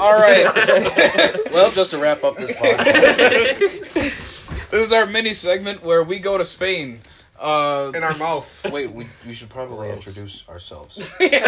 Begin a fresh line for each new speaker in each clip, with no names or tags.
All right. well, just to wrap up this podcast,
This is our mini segment where we go to Spain. Uh,
in our mouth.
wait, we, we should probably introduce ourselves.
yeah,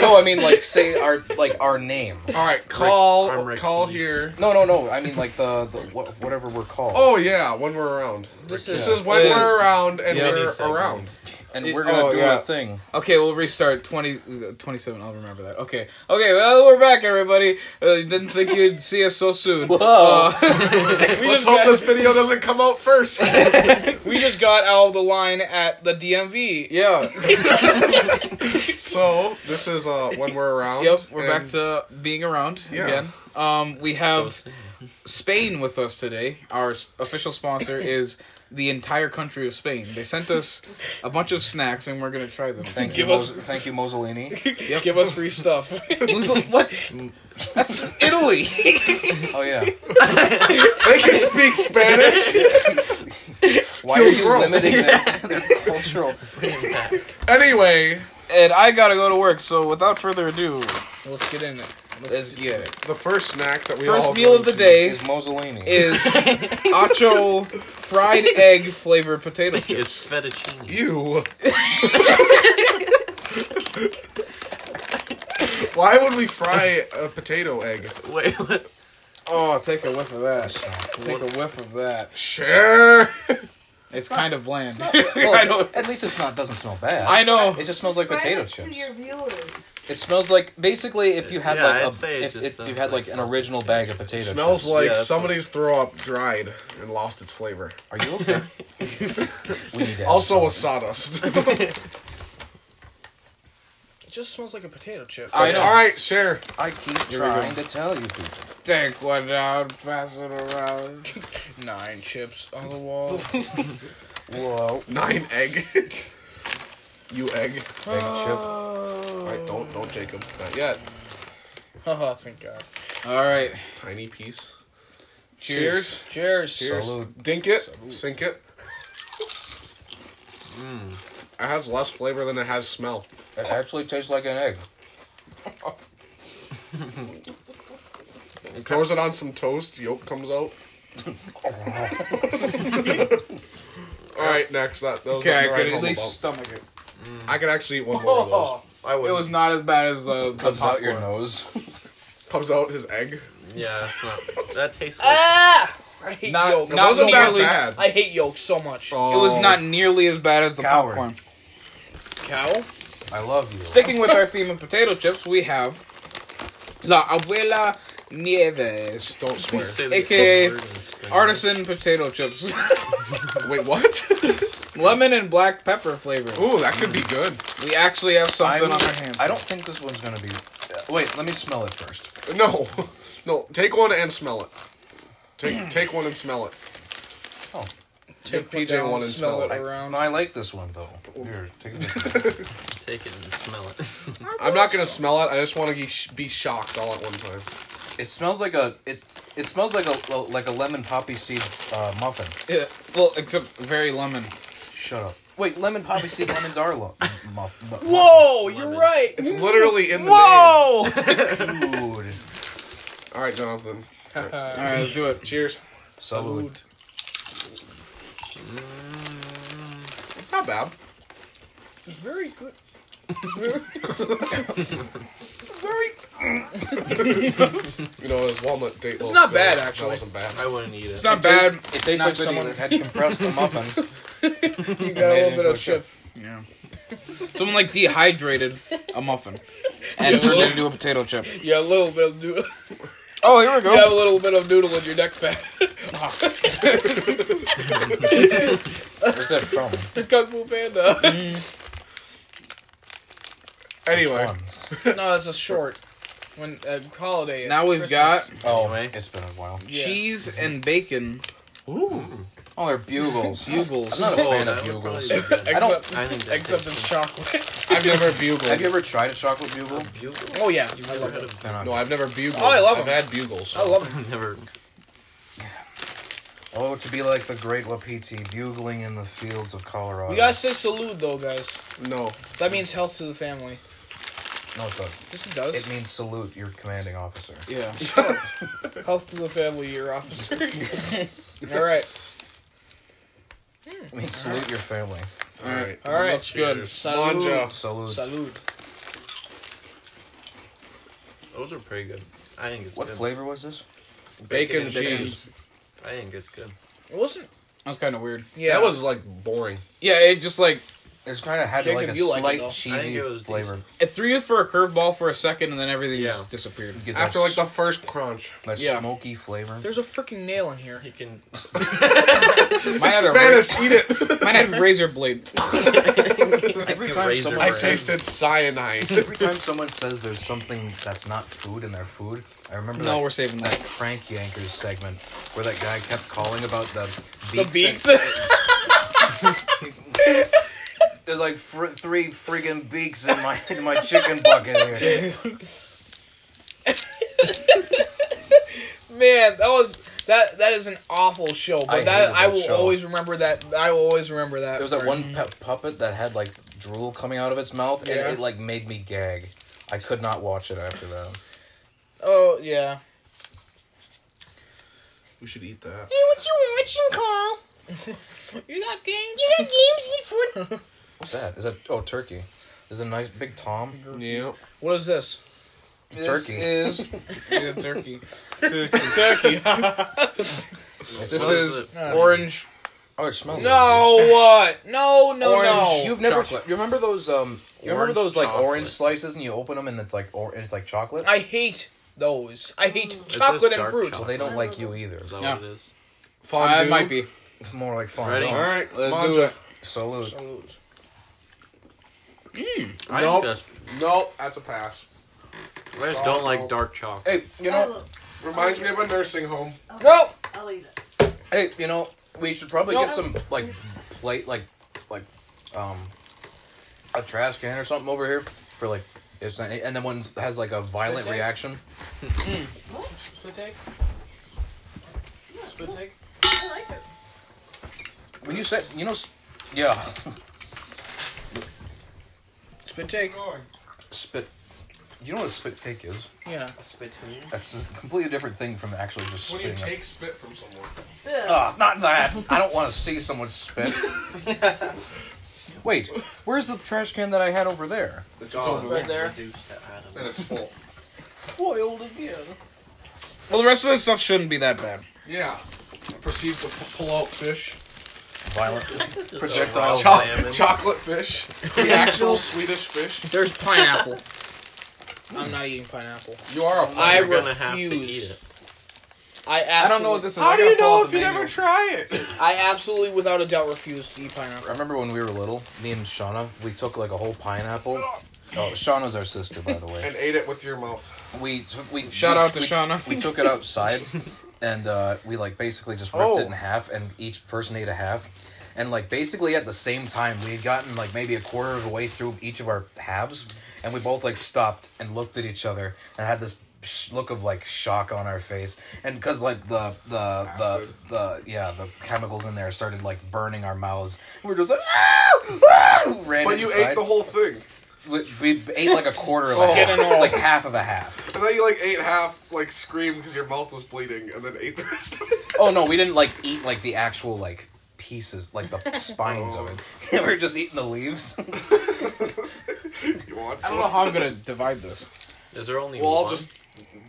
No, I mean like say our like our name.
All right, call
I'm Rick
call
Keith.
here.
No, no, no. I mean like the, the wha- whatever we're called.
Oh yeah, when we're around.
This
This
Yeah.
is when
This
we're around and
Yeah.
we're
Second.
around.
and
it-
we're gonna
oh,
do
yeah.
a thing.
okay, we'll restart 20, uh, 27. I'll remember that. Okay. Okay, well, we're back, everybody. Uh, didn't think you'd see us so soon. Uh,
Whoa.
We
Let's
just
hope
got-
this video doesn't come out first.
We just got out of the line at the DMV.
Yeah.
so this is uh when we're around.
Yep. We're back
and
to being around
Yeah.
again. Um, we have
So-
Spain with us today. Our s- official sponsor is the entire country of Spain. They sent us a bunch of snacks, and we're gonna try them.
Thank you,
Give us-
Mos- thank you, Mussolini.
Yep.
Give us free stuff.
Who's- what? That's Italy.
Oh yeah.
they can speak Spanish.
Why are you
Yo, bro.
limiting their, their cultural?
anyway,
and I gotta go to work. So without further ado,
Let's get in it. Let's
let's get it.
the first snack that we all
First meal of the day
Is Mussolini?
is acho fried egg flavored potato chips.
it's fettuccine.
You. Why would we fry a potato egg?
Wait, what?
Oh, take a whiff of that. Take a whiff of that.
Sure.
It's kind of bland.
Well,
I know.
At least it's not. Doesn't smell bad.
I know.
It just smells like potato
Describe it
chips.
To your viewers.
It smells like basically if you had
Yeah, I'd
like
say
a,
it
if,
just
if you
sounds
had like
like
an
something.
original bag of potato
Smells
chips.
like
that's what-
somebody's throw up dried and lost its flavor.
Are you okay? we need to
Also with sawdust.
It just smells like a potato chip.
I know.
All right, share.
I keep
we go.
trying to tell you people.
Take one down, pass it around.
Nine chips on the wall.
Whoa.
Nine egg. you egg.
Egg chip.
All right, don't don't take 'em. Not yet.
oh, thank God.
All right.
Tiny piece.
Cheers. Cheers.
Cheers.
Salute.
Dink it. Sink it. Mm. It has less flavor than it has smell.
It actually tastes like an egg.
Throws it on some toast. Yolk comes out. All right, next. That, that was
Okay, I could
nothing
at
to write home
least stomach it.
about. Mm. I could actually eat one more of those.
Oh,
I
It was not as bad as the
Comes out your
popcorn.
nose.
Comes out his egg.
Yeah, that's not. That tastes.
I hate
Not-
yolk.
It
not
wasn't that
nearly-
bad. Oh,
I hate yolk so much.
It was not nearly as bad as the
Coward.
popcorn.
Cow?
I love you.
Sticking with our theme of potato chips, we have La Abuela Nieves,
Don't
You
swear.
say the
AKA
word in Spanish.
artisan potato chips,
Wait, what?
lemon and black pepper flavor.
Ooh, that could be good.
We actually have something
I'm-
on our hands.
I don't think this one's gonna be. uh, Wait, let me smell it first.
No, no. Take one and smell it. Take take one and smell it.
Oh.
Take
PJ
PJ down,
one and
smell
smell
it
it.
around.
No, I like this one though. Here, take it.
Take it and smell it.
I'm not gonna smell it. I just want to ge- be shocked all at one time.
it smells like a. It's. It smells like a like a lemon poppy seed uh, muffin.
Yeah, well, except very lemon.
Shut up. Wait, lemon poppy seed lemons are lo- muff, mu-
Whoa, you're right.
It's literally in the name.
Whoa!
Dude.
All right, Jonathan.
All right, let's do it.
Cheers.
Salud.
Not bad.
It's very good.
Very. you know, it's walnut date. It's
not bad, actually.
That wasn't bad.
I wouldn't eat it.
It's not bad.
It tastes
Not
like
good
someone
either.
had compressed a muffin.
You got a little bit
into a
of chip.
Yeah. Someone like dehydrated a muffin and turned it into a potato chip.
Yeah, a little bit of noodle.
Oh, here we
You have
go.
a little bit of noodle in your neck fat.
Where's that from?
Kung Fu Panda.
Anyway,
One.
no, it's a short. When uh, holiday.
Now we've
Christmas.
got
Oh,
Anyway.
it's been a while.
Yeah.
cheese and bacon
Oh, they're bugles.
bugles.
I'm not a
Oh,
fan
that
of
would
bugles.
probably be good.
Except,
don't-
I think that
except
tastes
it's chocolate.
I've never bugled.
Have you ever tried a chocolate bugle?
good. Bugle?
oh yeah,
You
I
never
love
had
it.
a
No,
No, I've never bugled.
Oh, I love
I've
'em.
had bugles.
I love it.
Never.
Oh, to be like the great Wapiti bugling in the fields of Colorado.
We gotta say salute though, guys.
No,
That means health to the family.
No, it doesn't.
Yes, it does.
It means salute your commanding officer.
Yeah.
Health to the family, your officer. All right.
It means salute your family.
All right.
All right.
Looks good.
Salud.
Manja.
Salute.
Salud.
Those are pretty good. I think it's
What
good.
flavor was this?
Bacon,
and
cheese.
I think it's good.
It wasn't.
That was kind of weird.
Yeah.
That was like boring.
Yeah, it just like
It's kind of had
Jacob,
like a
you like it,
slight
though. I
cheesy
think it was
flavor.
it threw you for a curveball for a second, and then everything
Yeah.
just disappeared.
You get that
After like
s-
the first crunch.
that
yeah.
smoky flavor.
There's a freaking nail in here.
You can.
Mine had, a ra-
Spanish, eat it.
mine had razor blade.
Every
Like a
time
razor
someone
I
blade.
says,
tasted cyanide.
every time someone says there's something that's not food in their food, I remember
No,
that,
we're saving
that
that.
crank yankers segment where that guy kept calling about the
The
beaks.
beaks.
and- there's like fr- three friggin' beaks in my in my chicken bucket here.
Man, that was that. That is an awful show. But
I hated
that I
that
will
show.
always remember that. I will always remember that.
There was that
part.
one pe- puppet that had like drool coming out of its mouth,
Yeah.
and it like made me gag. I could not watch it after that.
Oh yeah.
we should eat that.
what you watching, Carl? you got games. You got games. You food.
What's that? Is that oh turkey? Is a nice big tom
Yeah.
What is this?
turkey?
is yeah, turkey.
Turkey.
This
smells
is
good.
orange.
oh, it smells.
no. What? No. No.
Orange.
No.
You've never
Chocolate.
you remember those um you remember
Orange
those like
chocolate.
orange slices and you open them and it's like or it's like chocolate.
I hate those. I hate chocolate and
dark
fruit.
well,
chocolate?
they don't like you either.
Is that
Yeah.
what it is?
Fondue.
Uh, it might be.
It's more like
Ready?
fondant.
All
Let's
right.
do
Manja.
it.
Salute.
I,
Nope.
think
No, that's a pass.
that's, I just don't like dark chocolate.
Hey, you know,
I'll,
Reminds me of a nursing home.
No.
I'll eat it.
hey, you know, we should probably
No.
get some like plate like like um a trash can or something over here for like if and then one has like a violent
Okay.
reaction.
Split take. Split take.
I like it.
When you said you know, s- yeah,
Spit take.
spit. You know what a spit take is?
Yeah.
That's a completely different thing from actually just
When you
spitting.
take spit from someone.
Yeah.
Ah, not that. I don't want to see someone spit. Wait, where's the trash can that I had over there?
It's
over Right there.
And it's full.
Foiled again.
Well, the rest of this stuff shouldn't be that bad.
Yeah. Proceeds to f- pull out fish.
Violent.
Projectile
Projectiles.
Cho-
salmon.
chocolate fish. The actual Swedish fish.
There's pineapple. I'm not eating pineapple.
You are a
I
You're gonna have to
refuse.
eat it.
I absolutely,
I don't know what this is.
How
I
do
gotta
you
pull
know
out
if
the
you
menu.
never try it?
I absolutely, without a doubt, refuse to eat pineapple.
I remember when we were little, me and Shauna, we took like a whole pineapple. Oh, Shauna's our sister, by the way.
And ate it with your mouth.
We took, we
Shout out to
we-
Shauna.
We took it outside, and uh, we like basically just ripped it in half, and each person ate a half. And like basically at the same time, we had gotten like maybe a quarter of the way through each of our halves, and we both like stopped and looked at each other and had this sh- look of like shock on our face, and because like the the the,
Acid.
the yeah the chemicals in there started like burning our mouths, and we were just like ah, ah! ran
But you
inside.
ate the whole thing.
We, we ate like a quarter of a
Skin
half,
and all.
like half of a half.
And then you like ate half, like screamed because your mouth was bleeding, and then ate the rest of it.
Oh no, we didn't like eat like the actual like pieces, like the spines of it. we were just eating the leaves.
You want
I
some?
don't know how I'm gonna divide this.
Is there only
We'll all
one?
just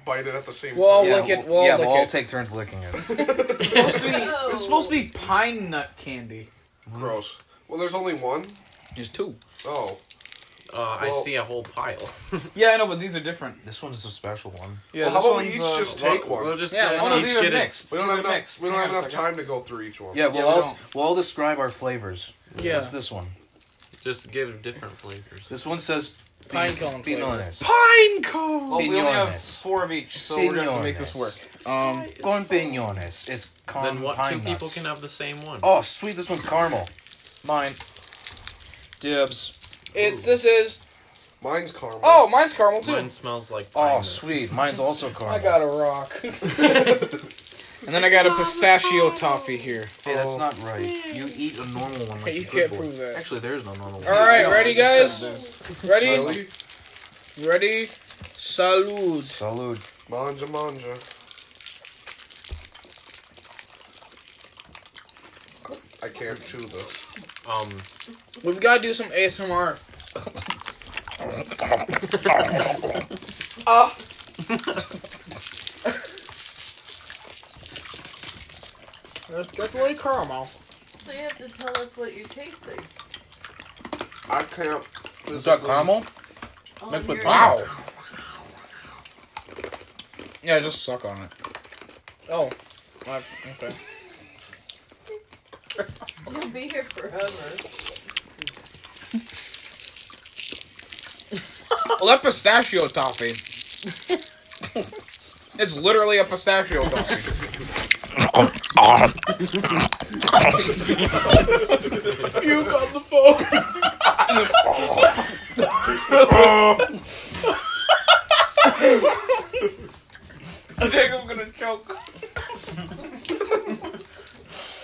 bite it at the same
We'll all
time.
lick it. We'll all
yeah,
lick
we'll all
it.
take turns licking it.
It's supposed to be, it's supposed to be pine nut candy.
Gross. Well, there's only one.
There's two.
Oh.
Uh, I
Well-
see a whole pile.
Yeah, I know, but these are different.
This one's a special one.
Yeah,
well, how
this
about we
one's,
each
uh,
just take one?
We'll just
Yeah,
go
oh, no,
and each
these are
get it.
mixed.
we don't
These
have
are
enough.
mixed.
We don't
Hang
have
on a
enough
second.
time to go through each one.
Yeah, we'll
we
all
don't.
we'll all describe our flavors.
Yeah.
What's this one?
Just give different flavors.
This one says
Pine cone flavor. Oh,
pinones.
Pine cone.
Well, Oh, we only have
Pinones.
four of each, so we're gonna have to make this work. Um,
Con pinones. It's con
Then what? Two
Um, pine
people
nuts.
can have the same one.
Oh sweet, this one's caramel. Mine. Dibs.
It, this is.
Mine's caramel.
Oh, mine's caramel too.
Mine smells like pine
Oh
nut.
sweet, mine's also caramel.
I got a rock.
and then I got a pistachio toffee here. Oh.
Hey, that's not right. You eat a normal one like
you
a good
can't
boy.
prove that.
Actually, there is no normal one.
all right,
Yeah,
ready,
I just
guys?
said this.
Ready?
Really?
Ready? Salud.
Salud.
Manja, manja. I can't chew this.
Um,
We've got to do some ASMR. Let's get away caramel.
So you have to tell us what you're tasting.
I can't.
Is that caramel?
Oh,
Mixed with
you're-
Wow.
Yeah, just suck on it.
Oh. I- Okay.
You'll be here forever.
Well, Oh, that pistachio toffee. it's literally a pistachio toffee.
You got the phone.
I think I'm gonna choke.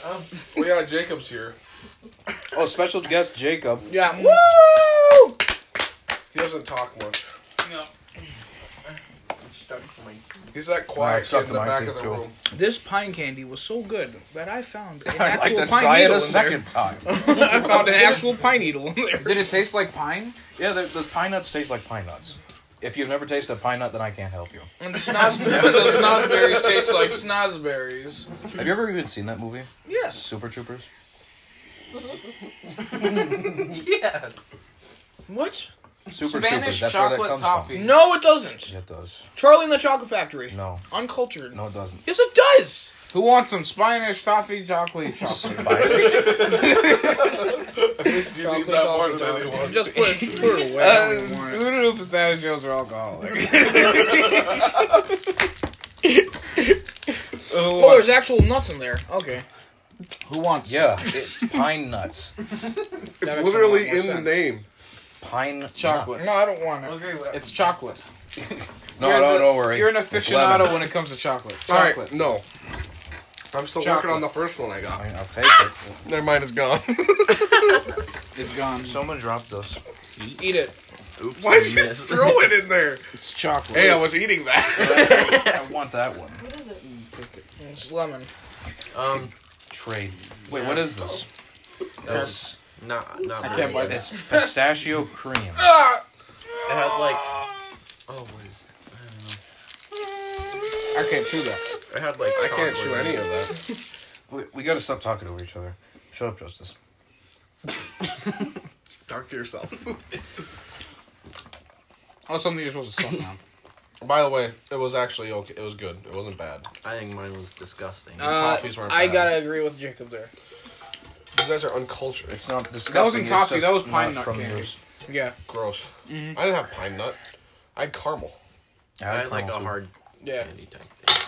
Oh, yeah, Jacob's here.
Oh, special guest Jacob.
Yeah.
He doesn't talk much.
No.
He's that quiet
it's
kid
stuck
in
to
the
my
back
teeth,
of the
too.
room.
This pine candy was so good that I found an
I'd
actual
like to
pine
try it a
needle in there.
second time.
I found an actual pine needle in there.
Did it taste like pine?
Yeah, the, the pine nuts taste like pine nuts. If you've never tasted a pine nut, then I can't help you.
And the snozberries, the snozberries taste like snozberries.
Have you ever even seen that movie,
Yes.
Super Troopers?
yeah.
What?
Super Troopers.
Spanish
That's where that
chocolate
comes
toffee.
No, it doesn't.
from. It does.
Charlie and the Chocolate Factory.
No,
Uncultured.
no, it doesn't.
Yes, it does.
Who wants some Spanish toffee chocolate chocolate?
You need that more than
I'm
anyone.
just put it, put it away. I don't even want it.
Who knew pistachios are alcoholic? who,
Oh, there's
wants,
actual nuts in there. Okay.
who wants?
Yeah, it's pine nuts.
makes
It's
a
literally
lot more
in the
sense.
name.
Pine
chocolate.
nuts.
No, I don't want it.
It's chocolate.
No,
You're
no,
the-
no worry.
You're an
It's
aficionado
lemon.
when it comes to chocolate.
Alright,
Chocolate.
no. I'm still
Chocolate.
working on the first one I got.
I- I'll take it.
Never mind, it's gone.
It's gone.
Someone dropped this.
Eat it.
Oops.
Why did you throw it in there?
it's chocolate.
Hey, I was eating that.
I want that one.
What is it?
It's lemon.
Um,
Trade. Wait, what is this? It's,
not not.
I
very
can't buy
good.
this.
pistachio cream.
It had like. Oh, what is
I can't chew that.
it? It had like.
I can't chew any of that.
We, we gotta stop talking over each other. Shut up, Justice.
Talk to yourself.
Oh, something you're supposed to suck now.
By the way, it was actually okay. It was good. It wasn't bad.
I think mine was disgusting.
Uh,
toffees weren't
I
bad.
gotta agree with Jacob there.
You guys are uncultured.
It's not disgusting.
wasn't
it's
toffee,
just
that was pine
not
nut candy.
yours.
Yeah.
Gross. I didn't have pine nut. I had caramel.
I
I
had
had like a
caramel, too.
hard
Yeah.
candy type thing.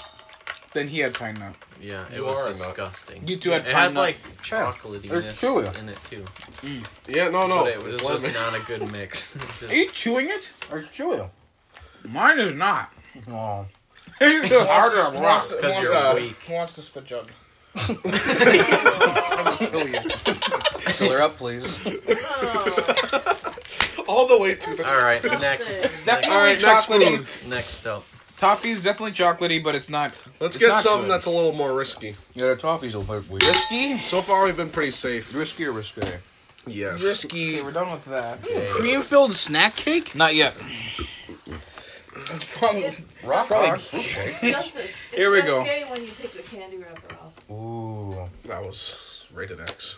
Then he had pine nut.
Yeah, it
You are a nut.
was disgusting.
You two had
it
pine
had
nut.
like
Yeah,
chocolatiness
chewy.
in it too.
Yeah, no, Oh, no.
But it was
it's
just
lemon.
not a good mix. Just-
Are you chewing it?
Or chewy.
Mine is not.
Oh.
It's harder than rock.
Wants-
Because
wants
you're
to-
weak.
Wants to spit jug.
I'm gonna kill you.
Fill her up, please.
all the way to the.
All right, next.
Definitely
All right, next
chocolatey.
food.
Next up.
Toffee's definitely chocolatey, but it's not.
Let's
it's
get
not
something
good.
that's a little more risky.
Yeah, the toffee's a bit weird.
risky.
So far, we've been pretty safe.
Risky or risque?
Yes.
Risky.
we're done with that.
Cream filled snack cake?
Not yet.
It's
Rock
Probably-
justice. It's
Here we go.
risque when you take the candy wrapper off.
Ooh.
That was rated X.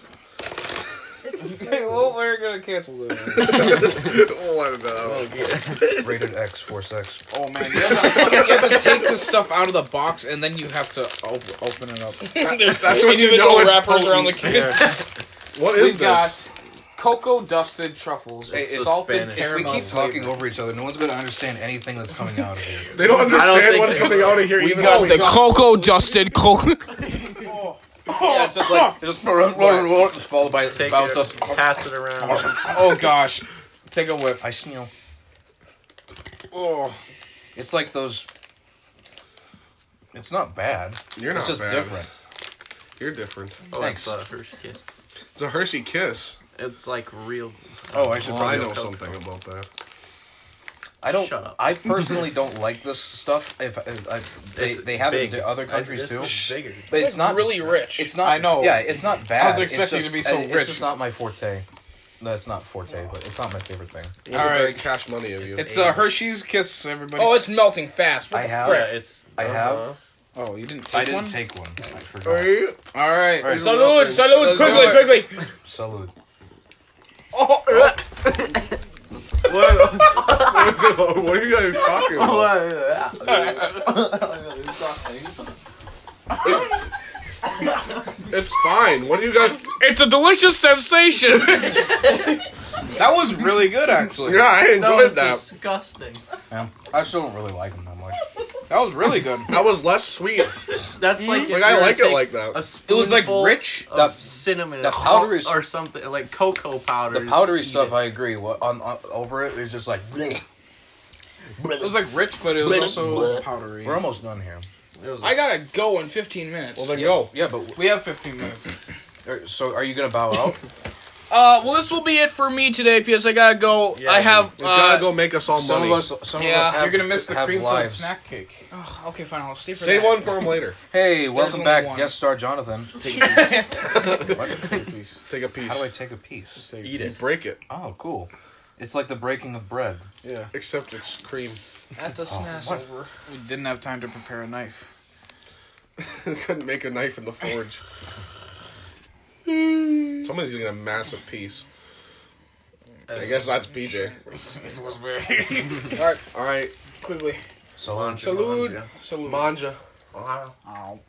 It's
Hey, well, we're gonna cancel this.
We'll let it out.
Rated X, Force X.
oh man, you have, to, you have to take this stuff out of the box and then you have to op- open it up.
That's when you know
Individual
it's
wrappers around the
potent.
cake.
What
we
is this?
got cocoa dusted truffles,
It's
a
the
salted
Spanish-
If we
caramel.
keep talking
flavor.
over each other, no one's gonna understand anything that's coming out of here.
They don't understand
think
what's
so.
coming out of here. even though
Got the
talk-
cocoa dusted cocoa.
Yeah, it's just like it's just, just followed by
Take
bouts
it,
of.
pass it around.
oh gosh, take a whiff.
I smell.
Oh,
It's like those. It's not bad.
You're not
It's just
bad.
different.
You're different.
Oh,
Thanks.
it's a Hershey kiss.
It's a Hershey kiss.
It's like real.
Oh, I should
Well, I
probably.
know
Coke.
something about that.
I don't.
Shut up.
I personally don't like this stuff. If, if I, they,
It's
they have
big.
it in other
I-
countries
this
too,
is bigger.
but it's not
really rich.
It's not.
I know.
Yeah, it's not bad.
expecting
it's
to
just, uh,
be so
it's
rich.
just not my forte. That's not forte, but it's not my favorite thing.
It was
All
a
right.
very cash money of you.
It's uh, Hershey's Kiss, everybody.
Oh, it's melting fast. What
I
the
have-
frick?
Yeah, it's.
I have.
Oh, you didn't take
I didn't
one?
take one. I forgot.
Hey,
All right.
right.
Salud, salud, quickly, quickly.
Salud.
what are you guys talking about? It's fine. What do you guys?
It's a delicious sensation.
That was really good, actually.
Yeah, I enjoyed
That was
that.
disgusting.
Yeah. I still don't really like them that much.
That was really good.
That was less sweet.
That's like. if
Like I
you were
like
to
it
take
like that.
A
It was, like,
spoonful
rich.
Of
The-
cinnamon.
the
and
powdery
salt
s-
or something like cocoa powder.
The powdery stuff, I agree. What on, on over it is just like. bleh.
It was like rich, but it was also powdery.
We're almost done here.
I gotta go in 15 minutes.
Well, then go.
Yeah, but
We have 15 minutes.
uh, so are you gonna bow out?
Uh, well, this will be it for me today because I gotta go. I have.
It's
Uh,
gotta go make us all
some
money.
of us, some
Yeah.
of us have.
You're gonna miss the
have
cream filled
lives.
snack cake.
ugh, okay, fine. I'll stay for
Save
that.
one for him later.
Hey, welcome
only
back,
one.
guest star Jonathan.
Take a piece.
How do I take a piece?
eat
You
it.
break it.
Oh, cool. It's like the breaking of bread.
Yeah.
Except it's cream.
At the snack over.
We didn't have time to prepare a knife.
Couldn't make a knife in the forge. Somebody's getting a massive piece. I guess that's BJ.
It was very
All right,
quickly.
So
Salud, salud.
manja.
Wow.
Ow.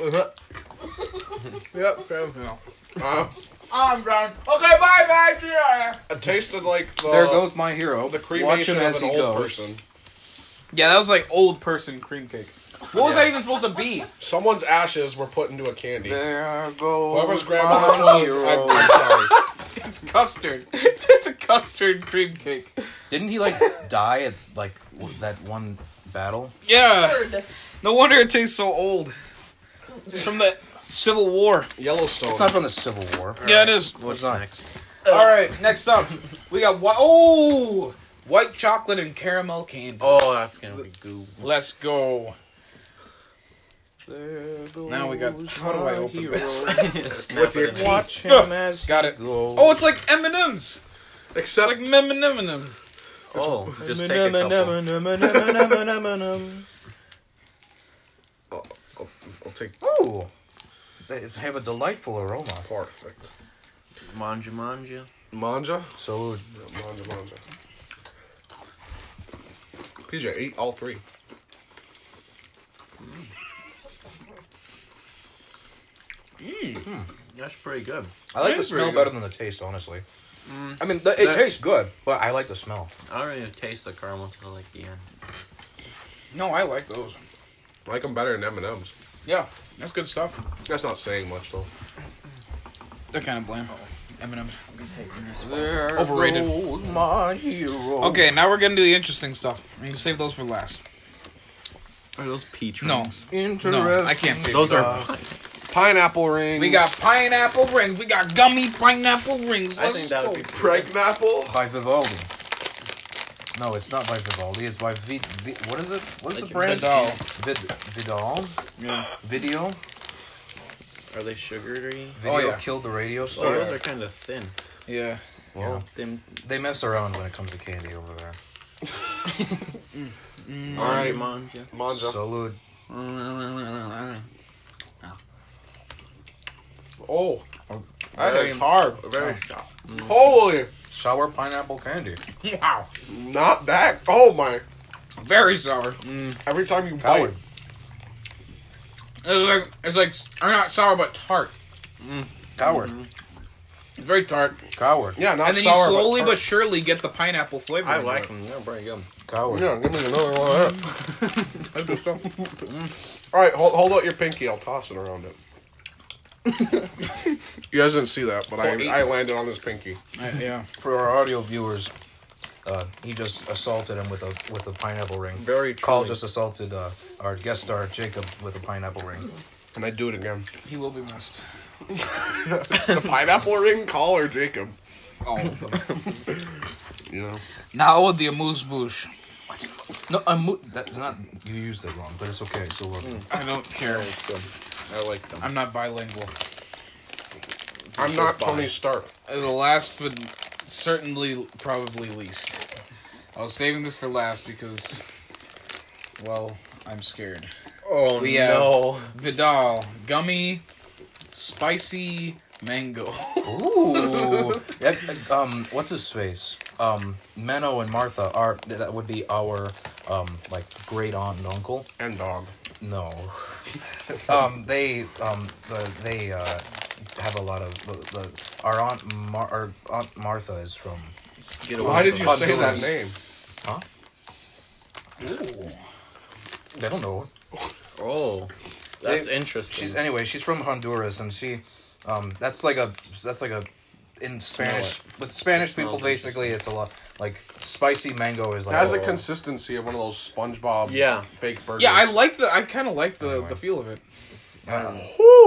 Uh-huh. yep. Uh,
I'm brown. Okay, bye, bye. See ya.
it tasted like the,
there goes my hero.
the
Watch
cremation
him
of
as
an
he
old
goes.
person.
Yeah, that was like old person cream cake. What was that even supposed to be?
Someone's ashes were put into a candy.
There goes
Whoever's
my
grandma this was,
hero.
I'm, I'm sorry.
It's custard. it's a custard cream cake.
Didn't he like die at like w- that one battle?
Yeah.
Third.
No wonder it tastes so old. It's from the Civil War.
Yellowstone.
It's not from the Civil War.
Yeah, it is.
What's not?
All right, next up, we got whi- oh white chocolate and caramel candy.
Oh, that's gonna be goo.
Let's go. Now we got. How do I open this?
With
your
Watch
Yeah.
him as
Got it.
he goes.
Oh, it's like M and M's. It's
Except
like M and M.
Oh, just take a couple.
I'll take
Ooh, they it's- have a delightful aroma.
perfect.
Manja, manja.
Manja.
So
Yeah, manja, manja. PJ ate all three.
That's pretty good.
I like
That
the
is
smell
pretty
better than the taste, honestly.
Mm.
I mean, the, it
That-
tastes good, but I like the smell.
I don't even taste the caramel till like the end.
No, I like those.
I like them better than M and M's.
Yeah, that's good stuff.
That's not saying much though.
They're kind of bland. M and M's.
There
Overrated.
goes my hero.
Okay, now we're getting to the interesting stuff. I'm gonna save those for last.
Are those peach
No,
Interesting.
No, I can't say
Those are.
stuff.
Pineapple rings.
we got pineapple rings. We got gummy pineapple rings.
I think
Let's
that
go.
would be.
pineapple.
by Vivaldi. No, it's not by Vivaldi. It's by Vid. Vid what is it? What is
Like
the brand?
Vidal.
Vid, Vidal.
Yeah.
Video.
Are they sugary?
Video
Oh, yeah.
killed the radio
Oh,
star.
those are kind of thin.
Yeah.
Well,
Them
they mess around when it comes to candy over there.
Mm.
All right,
manja.
manja.
Salud.
oh, that
Very-
is hard. Oh.
Very sharp.
Mm.
Holy,
Sour pineapple candy.
Wow.
not that. Oh my!
Very sour.
Every time you
Coward.
bite,
It's like it's like or not sour but tart.
Mm. Coward.
It's very tart.
Coward.
yeah, not
and then
sour.
you slowly but,
tart.
surely get the pineapple flavor.
I
in
like
there.
them. They're pretty good.
Coward.
Oh, yeah, give me another one. Of that.
That's good stuff.
All right, hold, hold out your pinky. I'll toss it around it. you guys didn't see that, but I,
eight.
I landed on his pinky.
Uh, yeah.
For our audio viewers, uh, he just assaulted him with a with a pineapple ring.
Very
Carl
chilly.
just assaulted uh, our guest star Jacob with a pineapple ring.
And I do it again.
He will be missed.
the pineapple ring, call or Jacob.
All of them.
You know,
Now with the amuse bouche.
No, I'm. Mo- that's not. You used it wrong, but it's okay. So look.
I don't care.
I like them.
I'm not bilingual.
I'm not Tony Stark.
Uh, The last, but certainly, probably least. I was saving this for last because, well, I'm scared.
Oh
We have-
no!
Vidal, gummy, spicy mango.
Ooh. That- um, what's his face? Um, Menno and Martha are. That would be our, um, like great aunt and uncle.
And dog.
No. um, they um, the, they uh, have a lot of the, the our aunt Mar- our aunt Martha is from.
Get
Why did you
from
say that
Honduras.
name?
Huh? I don't know.
Oh, that's
They-
interesting.
She's anyway. She's from Honduras, and she, um, that's like a that's like a in Spanish with Spanish
smells
people basically it's a lot like spicy mango is
It
like
has the
oh,
consistency of one of those SpongeBob
Yeah.
fake burgers.
Yeah, I like the. I kind of like the the feel of it.
I don't know.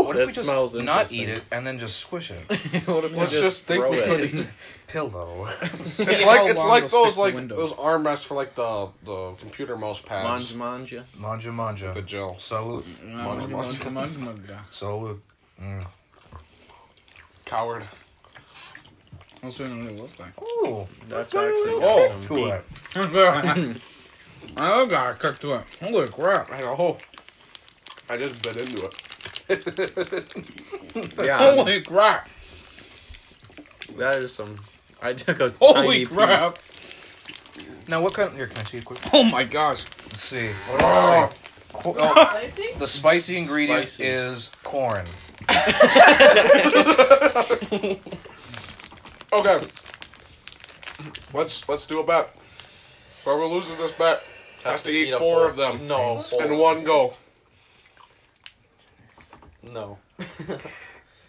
What
That
if we just
smells
not eat it
interesting.
and then just squish it?
What if we
Let's
just
just think
throw
we
it.
could.
It's a pillow.
It's
how
like it's
long
like
it'll stick
those
to
like
Windows.
those arm rests for like the the computer mouse pads.
Manja manja.
Manja manja.
The gel.
Salute.
Munch, munch.
munch, munch, munch.
Salute. Mm.
Coward.
What's doing on your lip there?
Ooh.
That's actually
Oh,
awesome.
to it.
I got cooked up. Holy crap.
I know. I just bit into it. Um,
Yeah,
Holy crap.
that is some. I took a
Holy
E
tiny
crap.
piece.
Now what kind? Here, can I see it quick?
Oh my gosh.
Let's see.
Oh,
I think
The spicy ingredient
Spicy.
is corn.
okay. Let's let's do a bet. Whoever loses this bet has, to, eat
a
four
whole-
of them
No, whole-
in one go.
No.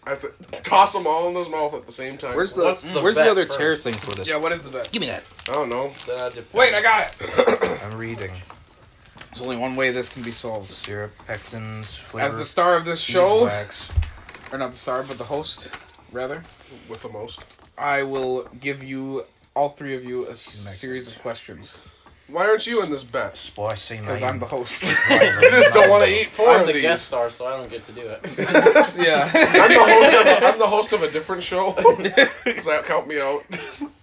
Has to toss them all in his mouth at the same time.
Where's the
What's Mm. the
Where's the
bet
other
first?
tear thing for this?
Yeah, what is the bet?
Give me that.
I don't know.
That depends.
Wait, I got it.
I'm reading.
There's only one way this can be solved.
Syrup, pectins, flavor.
As the star of this show,
beeswax.
or not the star, but the host, rather,
With the most.
I will give you, all three of you, a series of questions.
Why aren't you in this bet?
Spicy
Because
man.
I'm the host.
You just don't want to eat 4
I'm
of
the
these.
guest star, so I don't get to do it.
yeah.
I'm the host of a, I'm the host of a different show. Does that count me out?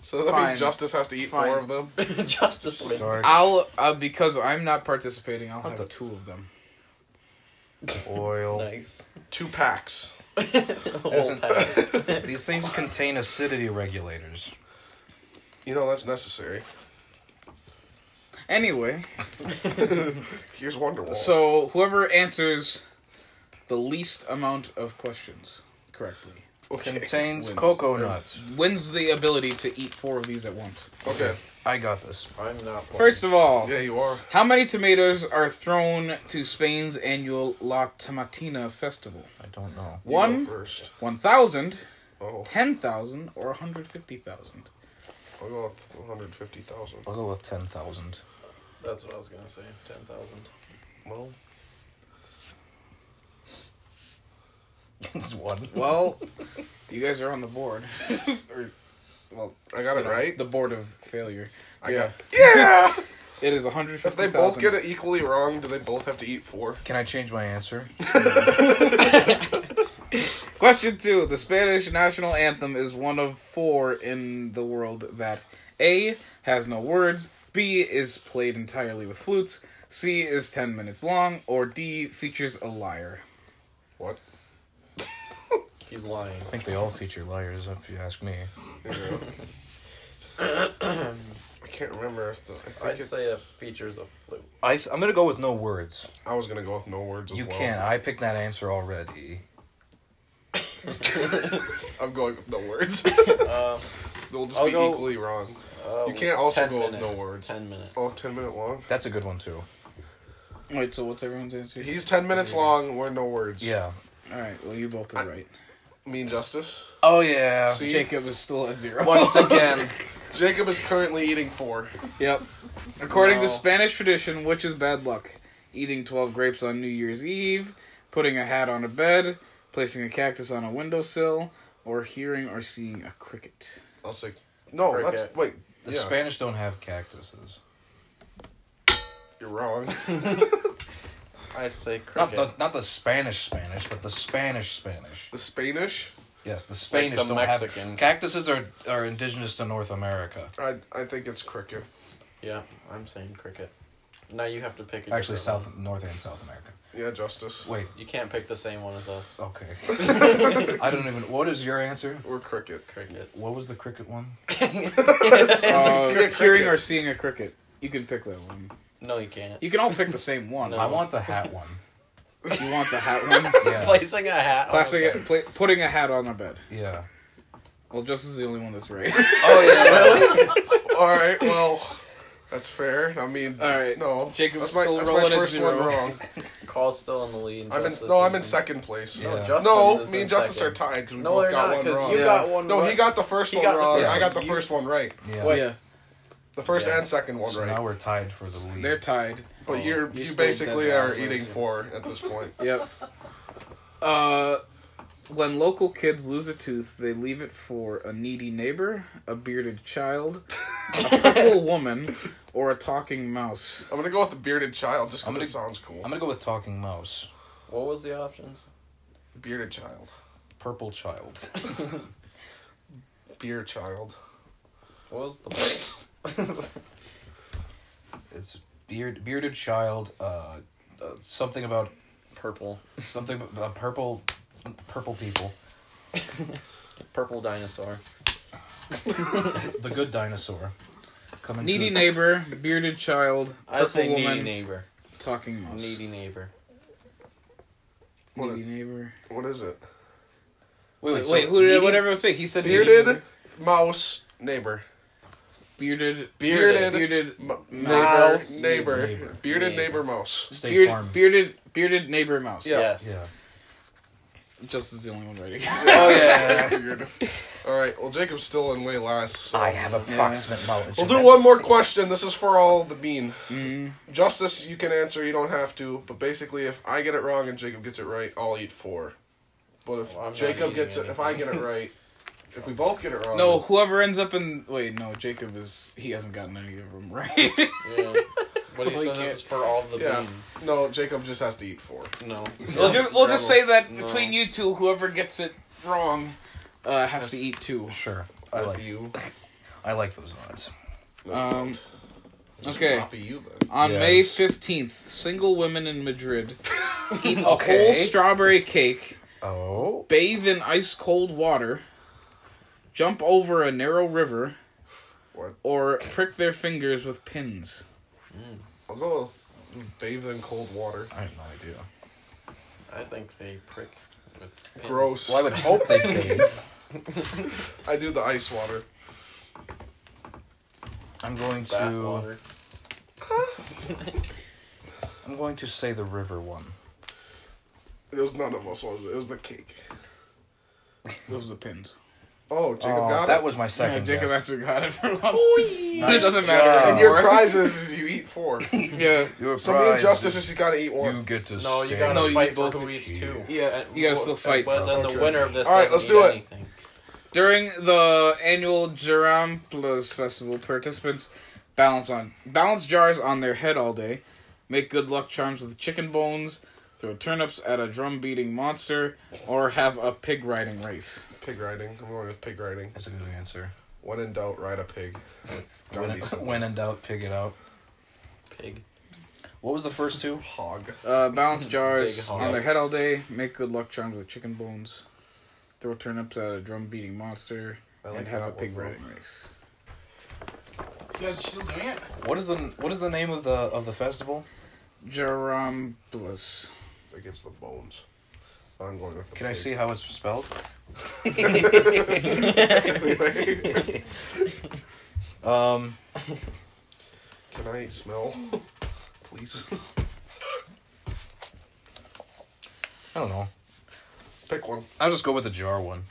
So that
Fine.
means Justice has to eat
Fine.
four of them.
Justice wins.
Dark
I'll, uh, because I'm not participating, I'll have
the-
two of them.
oil.
Nice.
Two packs.
Whole pack.
These things contain acidity regulators.
You know that's necessary.
Anyway,
Here's Wonderwall.
so whoever answers the least amount of questions correctly
okay.
Contains
Wins.
cocoa nuts.
wins the ability to eat four of these at once.
okay.
I got this.
I'm not.
First of all,
Yeah, you are.
how many tomatoes are thrown to Spain's annual La Tomatina festival?
I don't know.
You go
One?
first.
1,000,
Oh,
10,000, or 150,000?
I'll go with 150,000.
I'll go with ten thousand.
That's what I was gonna say. Ten thousand.
Well,
it's one.
Well, you guys are on the board. or, well,
I got it right.
the board of failure.
I
yeah.
got. Yeah.
It is 150,000.
if they both get it equally wrong, do they both have to eat four?
Can I change my answer?
Question two: The Spanish national anthem is one of four in the world that A has no words, B is played entirely with flutes, C is ten minutes long, or D features a lyre.
What?
He's lying.
I think they all feature liars, if you ask me.
Yeah. I can't remember. If the, I think
I'd
it,
say it features a flute.
I th- I'm gonna go with no words.
I was gonna go with no words. As
You
well.
can. I picked that answer already.
I'm going with no words.
Um,
They'll just
I'll
be
go-
equally wrong.
uh,
You can't also
10
go with
minutes.
no words.
Ten minutes.
Oh, 10 minute long.
That's a good one too.
Wait, so what's everyone's answer?
He's 10 minutes long. We're no words.
Yeah.
All right, well you both
I-
are right.
Me and Justice.
Oh yeah.
See,
Jacob is still at zero.
Once again,
Jacob is currently eating four.
Yep. According
No.
to Spanish tradition, which is bad luck? Eating 12 grapes on New Year's Eve, putting a hat on a bed, placing a cactus on a windowsill, or hearing or seeing a cricket.
I'll say, no,
Cricket.
that's, wait,
The
Yeah.
Spanish don't have cactuses.
You're wrong.
I say
Not
cricket.
the, not the Spanish Spanish, but the Spanish Spanish.
the Spanish.
Yes, the Spanish
the
don't have
Mexicans.
cactuses are are indigenous to North America.
I I think it's cricket.
yeah, I'm saying cricket. Now you have to pick. A
Actually,
different
South North and South America.
Yeah, justice.
Wait,
one. You can't pick the same one as us.
okay. I don't even. What is your answer?
We're cricket.
Crickets.
What was the cricket one?
Uh,
See a
hearing
cricket.
or seeing a cricket. You can pick that one.
No, you can't.
You can all pick the same one.
I want the hat one.
You want the hat one?
Yeah,
Placing a hat. on
Placing
the-
it, pla putting a hat on a bed.
yeah.
Well, Justin's the only one that's right.
Oh yeah.
All right. Well, that's fair. I mean,
All right.
no.
Jacob's
that's my,
still
that's
rolling
my
at
first
zero.
one wrong.
Call's still in the lead. and
I'm in
Justice
no. I'm
is
in second place.
Yeah.
No, Justice
No,
is
me
in
and Justice
second.
are tied because we
No,
both
they're
got
not.
one
Because
wrong.
you
Yeah.
got one.
No, he
right.
got the first
He
one
got the
wrong.
first
I got the
one.
first one right.
yeah.
Wait.
yeah,
The first
Yeah.
and second one
So
right.
now we're tied for the lead.
they're tied.
But you're,
you're
you
still
basically
dead
are
last.
eating four at this point.
Yep. Uh, when local kids lose a tooth, they leave it for a needy neighbor, a bearded child, a purple woman, or a talking mouse.
I'm gonna go with the bearded child just
I'm
because
gonna-
it sounds cool.
I'm gonna go with talking mouse,
What was the options?
bearded child,
purple child.
beer child.
What was the?
It's beard bearded child. Uh, uh, something about
Purple.
something about purple purple people.
Purple dinosaur.
The good dinosaur. Coming to-
Needy neighbor, bearded child,
I
purple
say
woman,
needy neighbor.
talking mouse.
Needy neighbor.
What
Needy neighbor.
What is it?
Wait,
Wait,
wait, so
wait who did
needy-
whatever I was saying? He said needy
Bearded
neighbor.
mouse neighbor.
bearded,
Bearded.
bearded,
M- neighbor,
Mouse.
neighbor,
Neighbor.
bearded
Neighbor.
neighbor mouse.
State Farm.
bearded, bearded, bearded neighbor mouse.
Yeah.
Yes.
Yeah.
Justin's the only one right.
Oh yeah.
Figured. All right. Well, Jacob's still in way last. So.
I have approximate knowledge.
We'll
of
do
that.
one more question. This is for all the bean.
Mm.
Justice, you can answer. You don't have to. But basically, if I get it wrong and Jacob gets it right, I'll eat four. But if
Well, I'm not
Jacob
eating
gets it, if I get it right, if we both get it wrong,
No, whoever ends up in wait, no, Jacob is he hasn't gotten any of them right.
Yeah. But he
So he
said
can't-
this is for all the
Yeah.
beans.
no, Jacob just has to eat four.
No.
we'll just we'll just say that
No.
between you two, whoever gets it wrong uh, has to eat two.
Sure. I
With
like
you.
I like those odds.
No,
Um,
you don't.
okay.
Copy you then.
On
Yes.
May fifteenth, single women in Madrid eat a
Okay.
whole strawberry cake,
Oh.
bathe in ice cold water, jump over a narrow river,
What?
or prick their fingers with pins.
I'll go with bathe in cold water.
I have no idea.
I think they prick with pins.
Gross.
Well, I would hope they cave.
I do the ice water.
I'm going
Bath
to.
water.
I'm going to say the river one.
It was none of us, was it? It was the cake.
Those are pins.
Oh, Jacob
Oh,
got
that
it.
was my
Yeah,
second
Jacob
guess.
actually got it for once. But it doesn't matter.
job.
and your
anymore.
prize is, is you eat four.
Yeah.
Your
So me and
prize
Justice
is-
just gotta eat one.
You get to
No, you gotta
No, you
fight
both
for who
eat
eats two.
Yeah,
And
you gotta
wh-
still fight.
But then the winner of this
All right,
doesn't
let's
eat
do it.
anything.
During the annual Giramplas festival, participants balance on balance jars on their head all day, make good luck charms with chicken bones, throw turnips at a drum beating monster, or have a pig riding race.
Pig riding. I'm going with pig riding.
That's a good answer.
When in doubt, ride a pig.
When,
Gandhi said
when in doubt, pig it out.
Pig.
What was the first two?
hog.
Uh, balance
Big
jars
hog.
on their head all day, make good luck charms with chicken bones, throw turnips at a drum beating monster,
I
and
like
have a
that
pig
one,
riding race.
You guys still doing it?
What is the What is the name of the of the festival?
Giramplas.
It gets the bones. I'm going with the
Can I see how it's spelled?
Can
Um,
I smell? Please.
I don't know.
Pick one.
I'll just go with the jar one.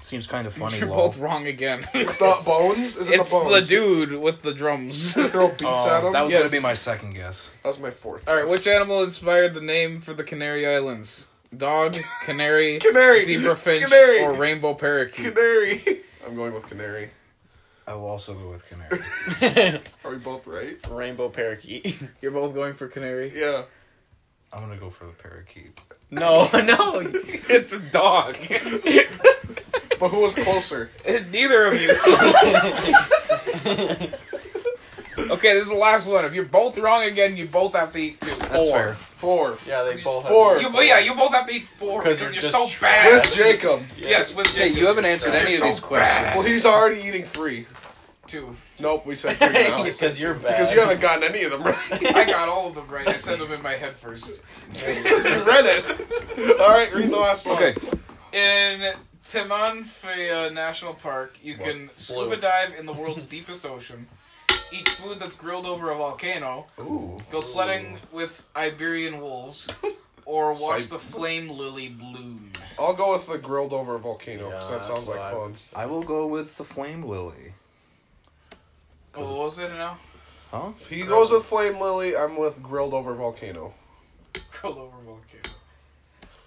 Seems kind of funny.
You're
lol.
both wrong again.
It's not bones? Is it
it's
the
the
bones?
dude with the drums.
Throw beats at
Oh,
him?
that was
Yes.
gonna be my second guess.
That was my fourth.
All right,
guess.
which animal inspired the name for the Canary Islands? Dog, canary,
Canary!
zebrafish,
Canary!
or rainbow parakeet?
Canary. I'm going with canary.
I will also go with Canary.
Are we both right?
Rainbow parakeet.
You're both going for canary.
Yeah.
I'm gonna go for the parakeet.
no, no, it's a dog.
But who was closer?
Neither of you. okay, this is the last one. If you're both wrong again, you both have to eat two.
That's
Four.
fair.
Four.
yeah, they both
Four.
Have
You, well, yeah, you both have to eat four
'Cause
because you're,
you're just
so
trash.
bad.
With Jacob.
Yes, with
Hey, you haven't answered any of these
Well,
questions.
he's already eating three.
two.
Nope, we said three now.
because you're bad.
Because you haven't gotten any of them right.
I got all of them right. I said them in my head first.
Because you read it. All right, read the last one.
Okay,
In Timon Faya National Park, you can scuba
Blue.
dive in the world's deepest ocean, eat food that's grilled over a volcano, go sledding with Iberian wolves, or watch
Sib-
the flame lily bloom.
I'll go with the grilled over volcano because
Yeah,
that sounds
that's
like
what I
fun.
would say.
I will go with the flame lily.
Oh, what was it now?
Huh?
If he goes with flame lily, I'm with grilled over volcano.
Grilled over volcano.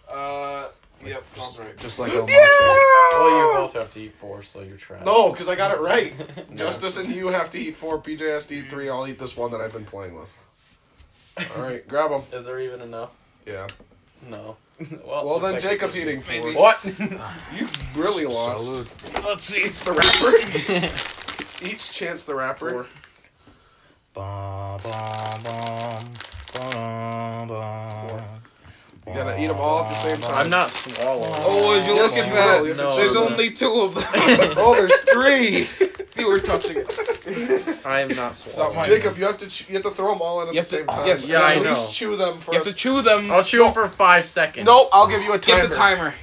Uh, yep, that's right.
Just like El Macho.
Well, you both have to eat four, so you're trash.
No, because I got it right. Justice and you have to eat four. PJ has to eat three. I'll eat this one that I've been playing with. All right, grab them.
Is there even enough?
Yeah.
No.
Well, then
it's like-
Jacob's eating four.
Maybe.
What?
You really lost.
Salute.
Let's see.
It's the rapper. Each chance the rapper.
Bum, bum, bum, bum, bum.
You gotta eat them all at the same time.
I'm not swallowing.
Oh, would you look
Yes,
at
you
that?
will. You have to
No.
There's
choose.
only two of them.
Oh, there's three.
you were touching it.
I am not swallowing.
mine.
Jacob, you have to ch- you have to throw them all in at
You
the
have to-
same time.
yes,
You gotta
yeah,
at
I
least chew them
You
first.
have to chew them.
I'll chew for five seconds.
no, I'll give you a timer.
Get the timer.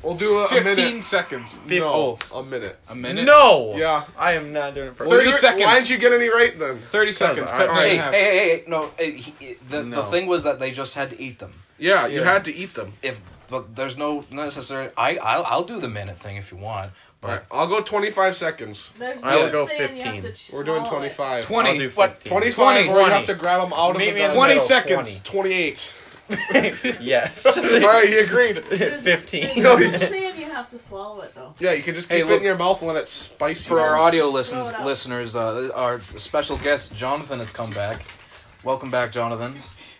We'll do a, a
15
minute.
seconds.
Fif-
No, a minute.
oh, A minute?
No.
Yeah.
I am not doing it for.
Well, 30
You're-
seconds.
Why didn't you get any right then?
30 seconds.
I-
Cut
Hey,
right in
hey,
half.
hey, hey, no. eh, he- eh, the, the
No.
thing was that they just had to eat them.
Yeah, you had to eat them.
If but there's no necessary. I I'll, I'll do the minute thing if you want. But
All right, I'll go 25 seconds.
There's
I will
no
go
saying you have
15.
to
We're doing
swallow it.
25.
20.
I'll do
what?
15.
25,
20.
or you have to grab them out
Meet me in the
of the
Twenty
middle,
seconds.
28.
20. Yes.
28. All right, he agreed.
There's-
15.
There's no saying you have to swallow it though.
Yeah, you can just
Hey,
keep it
look-
in your mouth and let it spice you
for our
up.
audio listens,
Throw it up.
listeners, uh, our special guest Jonathan has come back. Welcome back, Jonathan.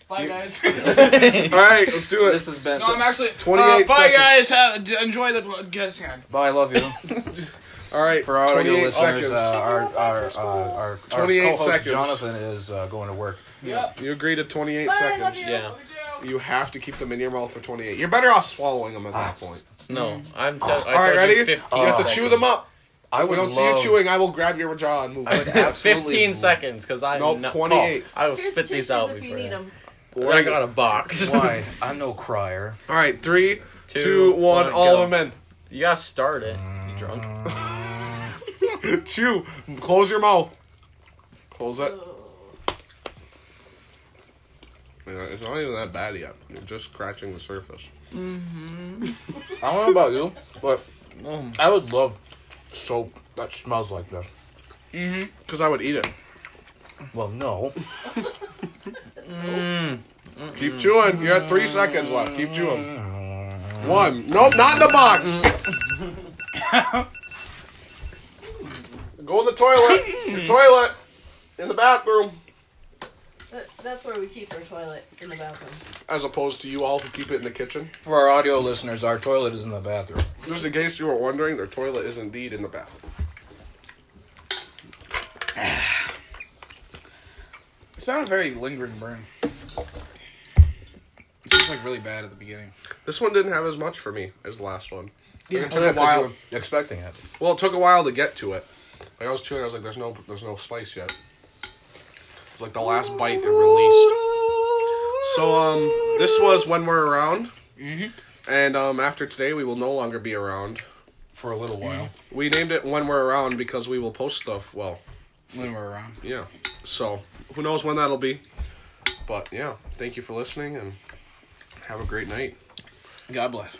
Bye, guys.
All right, let's do it.
This has been.
so I'm actually.
28
uh, bye,
seconds.
guys. Have, d- enjoy the guess hand.
Bye, I love you.
All right,
For our audio
28
listeners,
seconds.
uh, our our uh, our, our
28
co-host
seconds.
Jonathan is uh, going to work.
Yep.
you agree to 28
Bye, I love
seconds.
you.
Yeah.
You have to keep them in your mouth for 28. You're better off swallowing them at that point.
No. I'm. All
All right, ready? You have to
seconds.
chew them up.
I
If we
would
don't
love.
see you chewing, I will grab your jaw and move.
I would
it.
absolutely
15
love-
seconds, because I'm
Nope,
not-
28.
Oh, I will
Here's
spit
tissues
these out
if you
before
need
that.
them.
I got a box.
Why? I'm no crier.
All right, three,
Two,
two, one.
one,
all
go.
of them
You gotta start it. You drunk?
in. Chew. Close your mouth. Close it. Yeah, It's not even that bad yet. You're just scratching the surface.
Mm-hmm. I don't know about you, but I would love soap that smells like this.
Because Mm-hmm. I would eat it.
Well, no.
Keep chewing. You're at three seconds left. Keep chewing. One. Nope, not in the box. Go in the toilet. The toilet. In the bathroom.
That- That's where we keep our toilet in the bathroom.
As opposed to you all who keep it in the kitchen.
For our audio listeners, our toilet is in the bathroom.
Just in case you were wondering, their toilet is indeed in the bathroom.
It's not a very lingering burn. It's just like really bad at the beginning.
This one didn't have as much for me as the last one.
Yeah,
it took a while.
Expecting it.
Well, it took a while to get to it. Like I was chewing, I was like, "There's no, there's no spice yet." It's like the last bite it released. So um, this was when we're around, and um, after today we will no longer be around.
For a little while.
We named it when we're around because we will post stuff. Well,
When we're around.
yeah. So who knows when that'll be? But yeah, thank you for listening and have a great night.
God bless.